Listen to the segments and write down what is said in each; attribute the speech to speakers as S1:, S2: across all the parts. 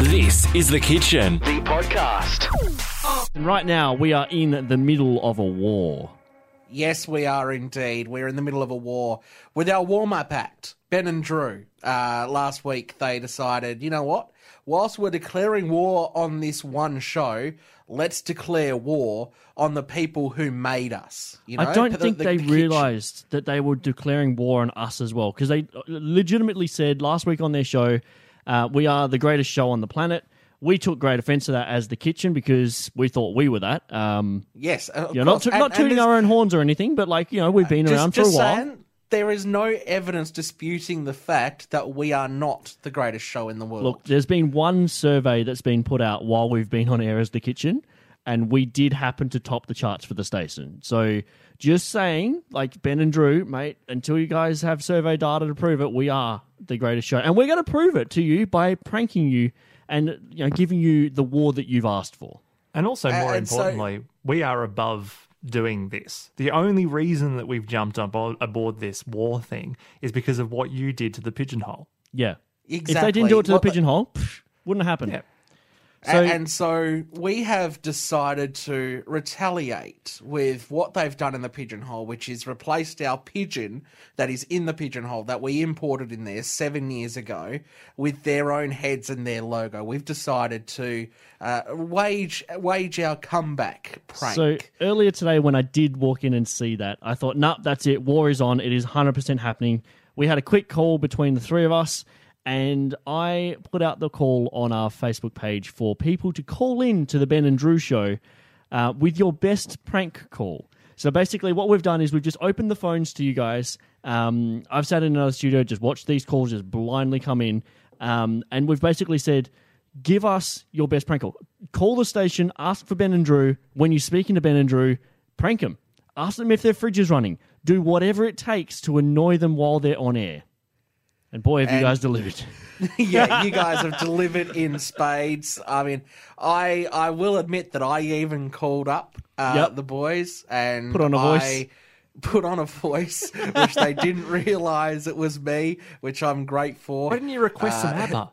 S1: This is The Kitchen.
S2: The podcast.
S3: And right now, we are in the middle of a war.
S4: Yes, we are indeed. We're in the middle of a war. With our warm up act, Ben and Drew, uh, last week they decided, you know what? Whilst we're declaring war on this one show, let's declare war on the people who made us. You know?
S3: I don't
S4: The-
S3: think
S4: the-
S3: they
S4: the kitchen-
S3: realized that they were declaring war on us as well because they uh, legitimately said last week on their show, uh, "We are the greatest show on the planet." We took great offense to that as the kitchen because we thought we were that. Um,
S4: Yes. uh, of
S3: you know, not,
S4: course.
S3: to,
S4: And-
S3: not
S4: and
S3: tooting
S4: there's-
S3: our own horns or anything, but like you know, we've been around for a while.
S4: Saying, there is no evidence disputing the fact that we are not the greatest show in the world.
S3: Look, there's been one survey that's been put out while we've been on air as the kitchen, and we did happen to top the charts for the station. So just saying, like Ben and Drew, mate, until you guys have survey data to prove it, we are the greatest show, and we're going to prove it to you by pranking you and you know giving you the war that you've asked for.
S5: And also, more
S4: and so-
S5: importantly, we are above doing this. The only reason that we've jumped abo- aboard this war thing is because of what you did to the pigeonhole.
S3: Yeah,
S4: exactly.
S3: if they didn't do it to
S4: What
S3: the pigeonhole, pff, wouldn't have happened.
S5: Yeah.
S4: A-
S3: So-
S4: and so we have decided to retaliate with what they've done in the pigeonhole, which is replaced our pigeon that is in the pigeonhole that we imported in there seven years ago with their own heads and their logo. We've decided to uh, wage wage our comeback prank.
S3: So earlier today, when I did walk in and see that, I thought, "Nah, that's it. War is on. It is 100% happening." We had a quick call between the three of us, and I put out the call on our Facebook page for people to call in to the Ben and Drew show uh, with your best prank call. So basically, what we've done is we've just opened the phones to you guys. Um, I've sat in another studio, just watched these calls just blindly come in, um, and we've basically said, give us your best prank call. Call the station, ask for Ben and Drew. When you're speaking to Ben and Drew, prank them. Ask them if their fridge is running. Do whatever it takes to annoy them while they're on air. And boy, have you
S4: And-
S3: guys delivered.
S4: yeah, you guys have delivered in spades. I mean, I I will admit that I even called up uh,
S3: Yep.
S4: the boys and
S3: Put on a voice.
S4: I put on a voice, which they didn't realise it was me, which I'm great for.
S5: Why didn't you request some ABBA?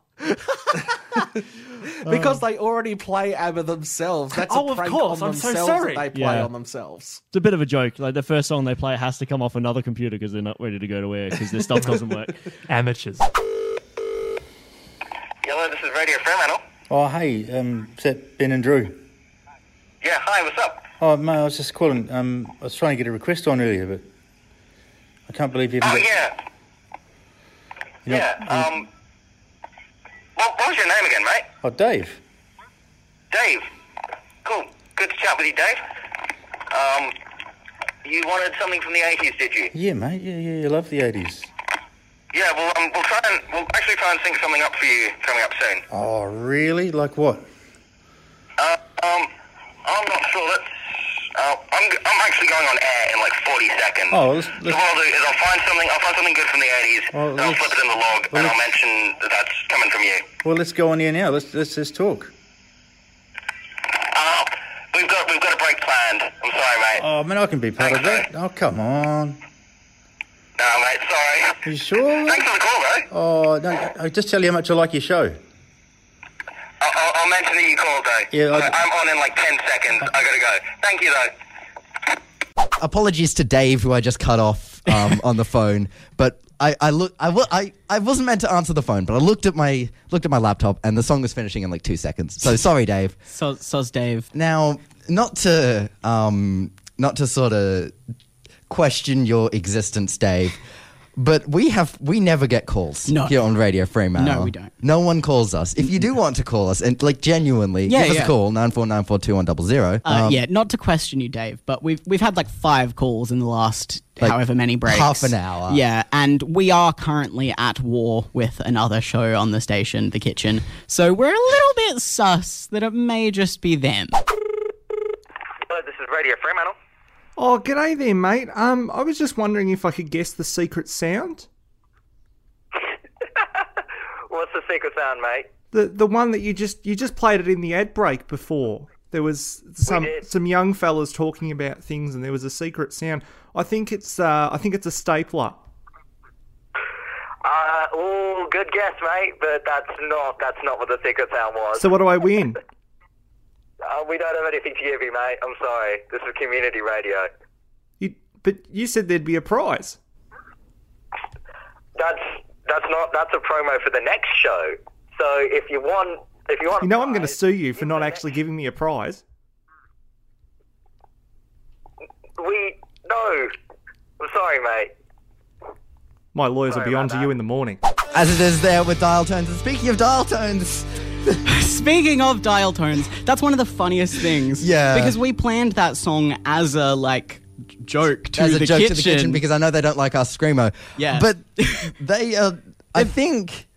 S4: because
S3: Um,
S4: they already play ABBA themselves. That's
S5: Oh,
S4: a
S5: of
S4: prank
S5: course.
S4: on
S5: I'm so
S4: themselves
S5: sorry.
S4: that they play
S3: Yeah.
S4: on themselves.
S3: It's a bit of a joke. Like the first song they play has to come off another computer because they're not ready to go to air because their stuff doesn't work.
S5: Amateurs.
S6: Hello, this is Radio Fremantle.
S7: Oh, hey, um, is that Ben and Drew?
S6: Yeah, hi, what's up?
S7: Oh, mate, I was just calling. Um, I was trying to get a request on earlier, but I can't believe you
S6: Oh,
S7: haven't got.
S6: yeah,
S7: you know-
S6: yeah. Um, what, what was your name again, mate?
S7: Oh, Dave.
S6: Dave. Cool. Good to chat with you, Dave. Um, you wanted something from the 80s, did you?
S7: Yeah, mate. Yeah, yeah, you love the 80s.
S6: Yeah, well, um, we'll try and, we'll actually try and sync something up for you coming up soon.
S7: Oh, really? Like what?
S6: Uh, um, I'm not sure that's, uh, I'm, I'm actually going on air in like 40 seconds.
S7: Oh, let's-
S6: So
S7: let's-
S6: what I'll do is I'll find something, I'll find something good from the 80s,
S7: Well,
S6: and I'll
S7: let's-
S6: flip it in the log,
S7: well,
S6: and I'll
S7: let's-
S6: mention that that's coming from you.
S7: Well, let's go on here now. Let's let's just talk.
S6: Uh, we've got we've got a break planned. I'm sorry, mate.
S7: Oh, man, I can be part of that. Oh, come on.
S6: No, mate, sorry.
S7: Are you sure?
S6: Thanks for the call, though.
S7: Oh, no, I just tell you how much I like your show.
S6: I'll, I'll, I'll mention that you called, though.
S7: Yeah, I-
S6: I'm on in like 10 seconds. I gotta go. Thank you, though.
S8: apologies to Dave, who I just cut off um, on the phone. But I, I look, I, wa- I, I wasn't meant to answer the phone, but I looked at my looked at my laptop, and the song was finishing in like two seconds. So sorry, Dave.
S9: So, so's Dave.
S8: Now, not to um, not to sort of question your existence, Dave, but we have we never get calls
S9: No.
S8: here on Radio Fremantle.
S9: No, we don't.
S8: No one calls us. If you do want to call us, and like genuinely,
S9: Yeah,
S8: give us
S9: yeah.
S8: a call nine four nine four two one double zero. Um,
S9: Uh, yeah, not to question you, Dave, but we've we've had like five calls in the last
S8: Like,
S9: however many breaks,
S8: half an hour.
S9: Yeah, and we are currently at war with another show on the station, The Kitchen. So we're a little bit sus that it may just be them.
S6: Hello, this is Radio Fremantle.
S10: Oh, g'day there, mate. Um, I was just wondering if I could guess the secret sound,
S6: What's the secret sound, mate?
S10: the the one that you just you just played it in the ad break before. There was some
S6: did.
S10: some young fellas talking about things, and there was a secret sound. I think it's uh, I think it's a stapler.
S6: Uh, oh, good guess, mate, but that's not that's not what the secret sound was.
S10: So what do I win?
S6: Uh, we don't have anything to give you, mate. I'm sorry. This is community radio.
S10: You, but you said there'd be a prize.
S6: That's that's not that's a promo for the next show. So if you want, if you want,
S10: You know I'm going to sue you for not actually giving me a prize.
S6: We no. I'm sorry, mate.
S10: My lawyers will be
S6: about
S10: on to you in the morning.
S8: As it is there with dial tones. And speaking of dial tones,
S9: Speaking of dial tones, that's one of the funniest things.
S8: Yeah.
S9: Because we planned that song as a like j- joke to,
S8: as a
S9: the,
S8: joke
S9: kitchen.
S8: to the kitchen, because I know they don't like us screamo.
S9: Yeah.
S8: But they are. I think.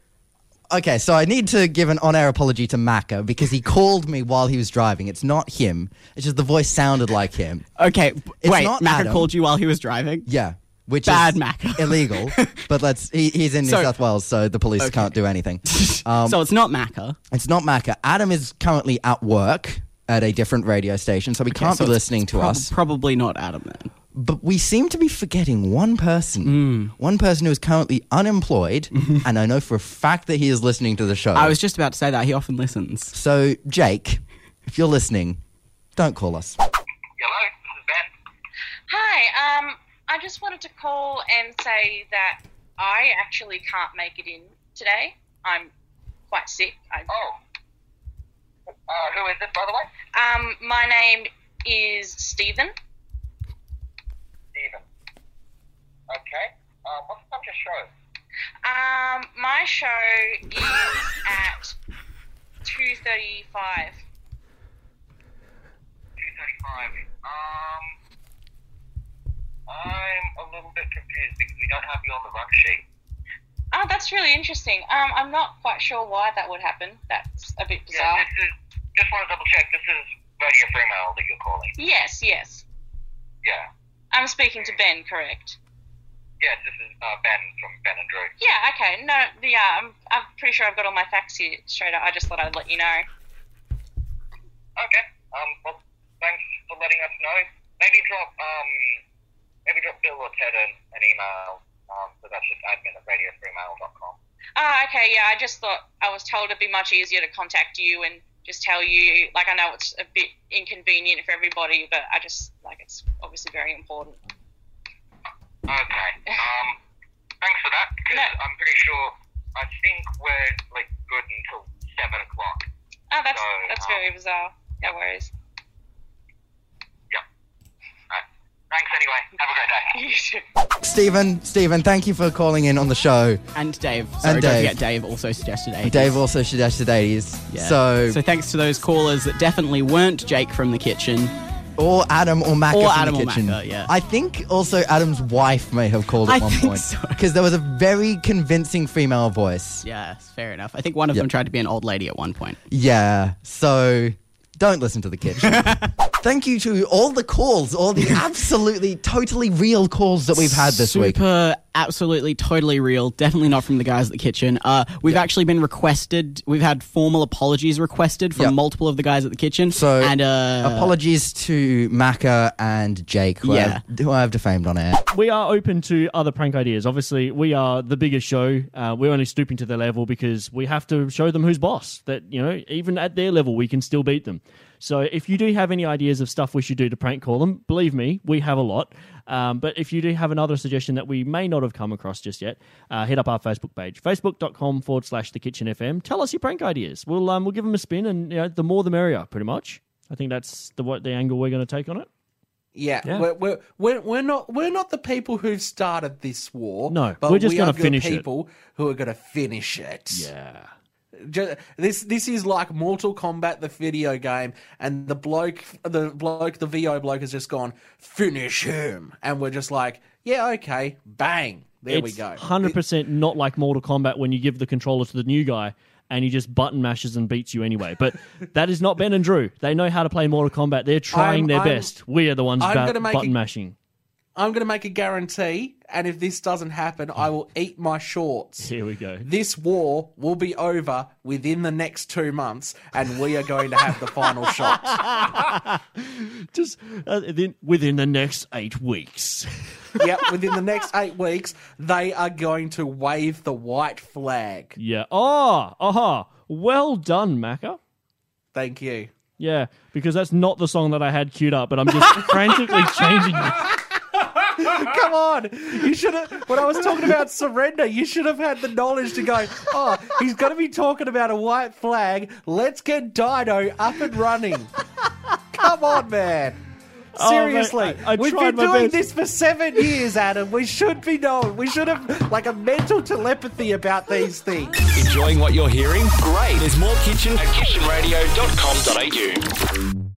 S8: Okay, so I need to give an on-air apology to Macca because he called me while he was driving. It's not him. It's just the voice sounded like him.
S9: okay, b-
S8: It's
S9: wait,
S8: not
S9: Macker
S8: Adam.
S9: called you while he was driving.
S8: Yeah, which
S9: Bad
S8: is
S9: Macca.
S8: illegal. But let's. He, he's in New
S9: So-
S8: South Wales, so the police can't do anything. Um,
S9: so it's not Macker.
S8: It's not Macca. Adam is currently at work at a different radio station, so we can't
S9: so
S8: be
S9: it's-
S8: listening to
S9: Prob-
S8: us.
S9: Probably not Adam then.
S8: But we seem to be forgetting one
S9: Hmm.
S8: person. One person who is currently unemployed, and I know for a fact that he is listening to the show.
S9: I was just about to say that he often listens.
S8: so, Jake, if you're listening, don't call us.
S6: Hello, this is Ben.
S2: Hi, um, I just wanted to call and say that I actually can't make it in today. I'm quite sick. I,
S6: Oh, uh, who is this, by the way?
S2: um, my name is Stephen.
S6: Stephen. Okay. Uh, what's the time to show?
S2: Um, my show is at two thirty-five.
S6: Two thirty-five. Um, I'm a little bit confused because we don't have you on the run sheet.
S2: Oh, that's really interesting. Um, I'm not quite sure why that would happen. That's a bit
S6: Yeah,
S2: bizarre.
S6: this is. Just want to double check. This is Radio Fremantle that you're calling.
S2: Yes, yes.
S6: Yeah.
S2: I'm speaking to Ben, correct?
S6: Yes, this is uh, Ben from Ben and Drew.
S2: Yeah, okay. No, yeah, I'm, I'm pretty sure I've got all my facts here straight up. I just thought I'd let you know.
S6: Okay. Um. Well, thanks for letting us know. Maybe drop um. Maybe drop Bill or Ted an, an email. Um. So that's just admin at radiofremantle.com.
S2: Oh, okay, yeah, I just thought I was told it'd be much easier to contact you and just tell you. Like, I know it's a bit inconvenient for everybody, but I just, like, it's obviously very important.
S6: Okay. Um. Thanks for that. Because
S2: No.
S6: I'm pretty sure. I think we're like good until seven o'clock.
S2: Oh, that's,
S6: No,
S2: that's
S6: no.
S2: very bizarre. No worries.
S6: Yep. Alright. Thanks anyway. Have a great day.
S8: Stephen, Stephen, thank you for calling in on the show.
S9: And Dave. Sorry,
S8: And
S9: don't
S8: Dave.
S9: forget Dave also suggested 80s.
S8: Dave also suggested 80s.
S9: Yeah.
S8: So,
S9: so thanks to those callers that definitely weren't Jake from the kitchen.
S8: or Adam or Macca
S9: Or
S8: from
S9: Adam
S8: the
S9: or
S8: kitchen.
S9: Macca, yeah.
S8: I think also Adam's wife may have called at
S9: I
S8: one
S9: think
S8: point
S9: so.
S8: because there was a very convincing female voice.
S9: Yeah, fair enough. I think one of
S8: Yep.
S9: them tried to be an old lady at one point.
S8: Yeah. So don't listen to the kitchen. Thank you to all the calls, all the absolutely totally real calls that we've had this
S9: Super,
S8: week.
S9: absolutely, totally real. Definitely not from the guys at the kitchen. Uh, we've actually been requested. We've had formal apologies requested from
S8: Yep.
S9: multiple of the guys at the kitchen.
S8: So,
S9: and uh,
S8: Apologies to Macca and Jake, who,
S9: Yeah.
S8: I've, who I've defamed on air.
S3: We are open to other prank ideas. Obviously, we are the biggest show. Uh, we're only stooping to their level because we have to show them who's boss. That, you know, even at their level, we can still beat them. So if you do have any ideas of stuff we should do to prank call them, believe me, we have a lot. Um, but if you do have another suggestion that we may not have come across just yet, uh, hit up our Facebook page, facebook.com forward slash the kitchen FM. Tell us your prank ideas. We'll, um, we'll give them a spin, and you know, the more the merrier, pretty much. I think that's the, what, the angle we're going to take on it.
S4: Yeah,
S5: Yeah.
S4: We're, we're we're we're not we're not the people who've started this war.
S3: No,
S4: but
S3: we're just
S4: we
S3: gonna
S4: are the
S3: finish it.
S4: people who are going to finish it.
S3: Yeah.
S4: Ju- this this is like Mortal Kombat, the video game, and the bloke, the bloke, the VO bloke has just gone finish him, and we're just like, yeah, okay, bang, there we go.
S3: Hundred percent not like Mortal Kombat when you give the controller to the new guy and he just button mashes and beats you anyway. But that is not Ben and Drew. They know how to play Mortal Kombat. They're trying
S4: I'm-
S3: their
S4: I'm-
S3: best. We are the ones
S4: I'm
S3: ba-
S4: gonna make
S3: button
S4: a-
S3: mashing.
S4: I'm going to make a guarantee, and if this doesn't happen, I will eat my shorts.
S3: Here we go.
S4: This war will be over within the next two months, and we are going to have the final shot.
S3: Just uh, then- within the next eight weeks.
S4: Yep, within the next eight weeks, they are going to wave the white flag.
S3: yeah. Oh, aha. Well done, Macca.
S4: Thank you.
S3: Yeah, because that's not the song that I had queued up, but I'm just frantically changing it.
S4: Come on, you should have. When I was talking about surrender, you should have had the knowledge to go. Oh, he's going to be talking about a white flag. Let's get Dido up and running. Come on, man.
S3: Oh, mate,
S4: Seriously,
S3: I- I
S4: we've
S3: tried
S4: been
S3: my
S4: doing
S3: best.
S4: this for seven years, Adam. We should be known. We should have like a mental telepathy about these things.
S1: Enjoying what you're hearing? Great. There's more kitchen at kitchenradio.com.au.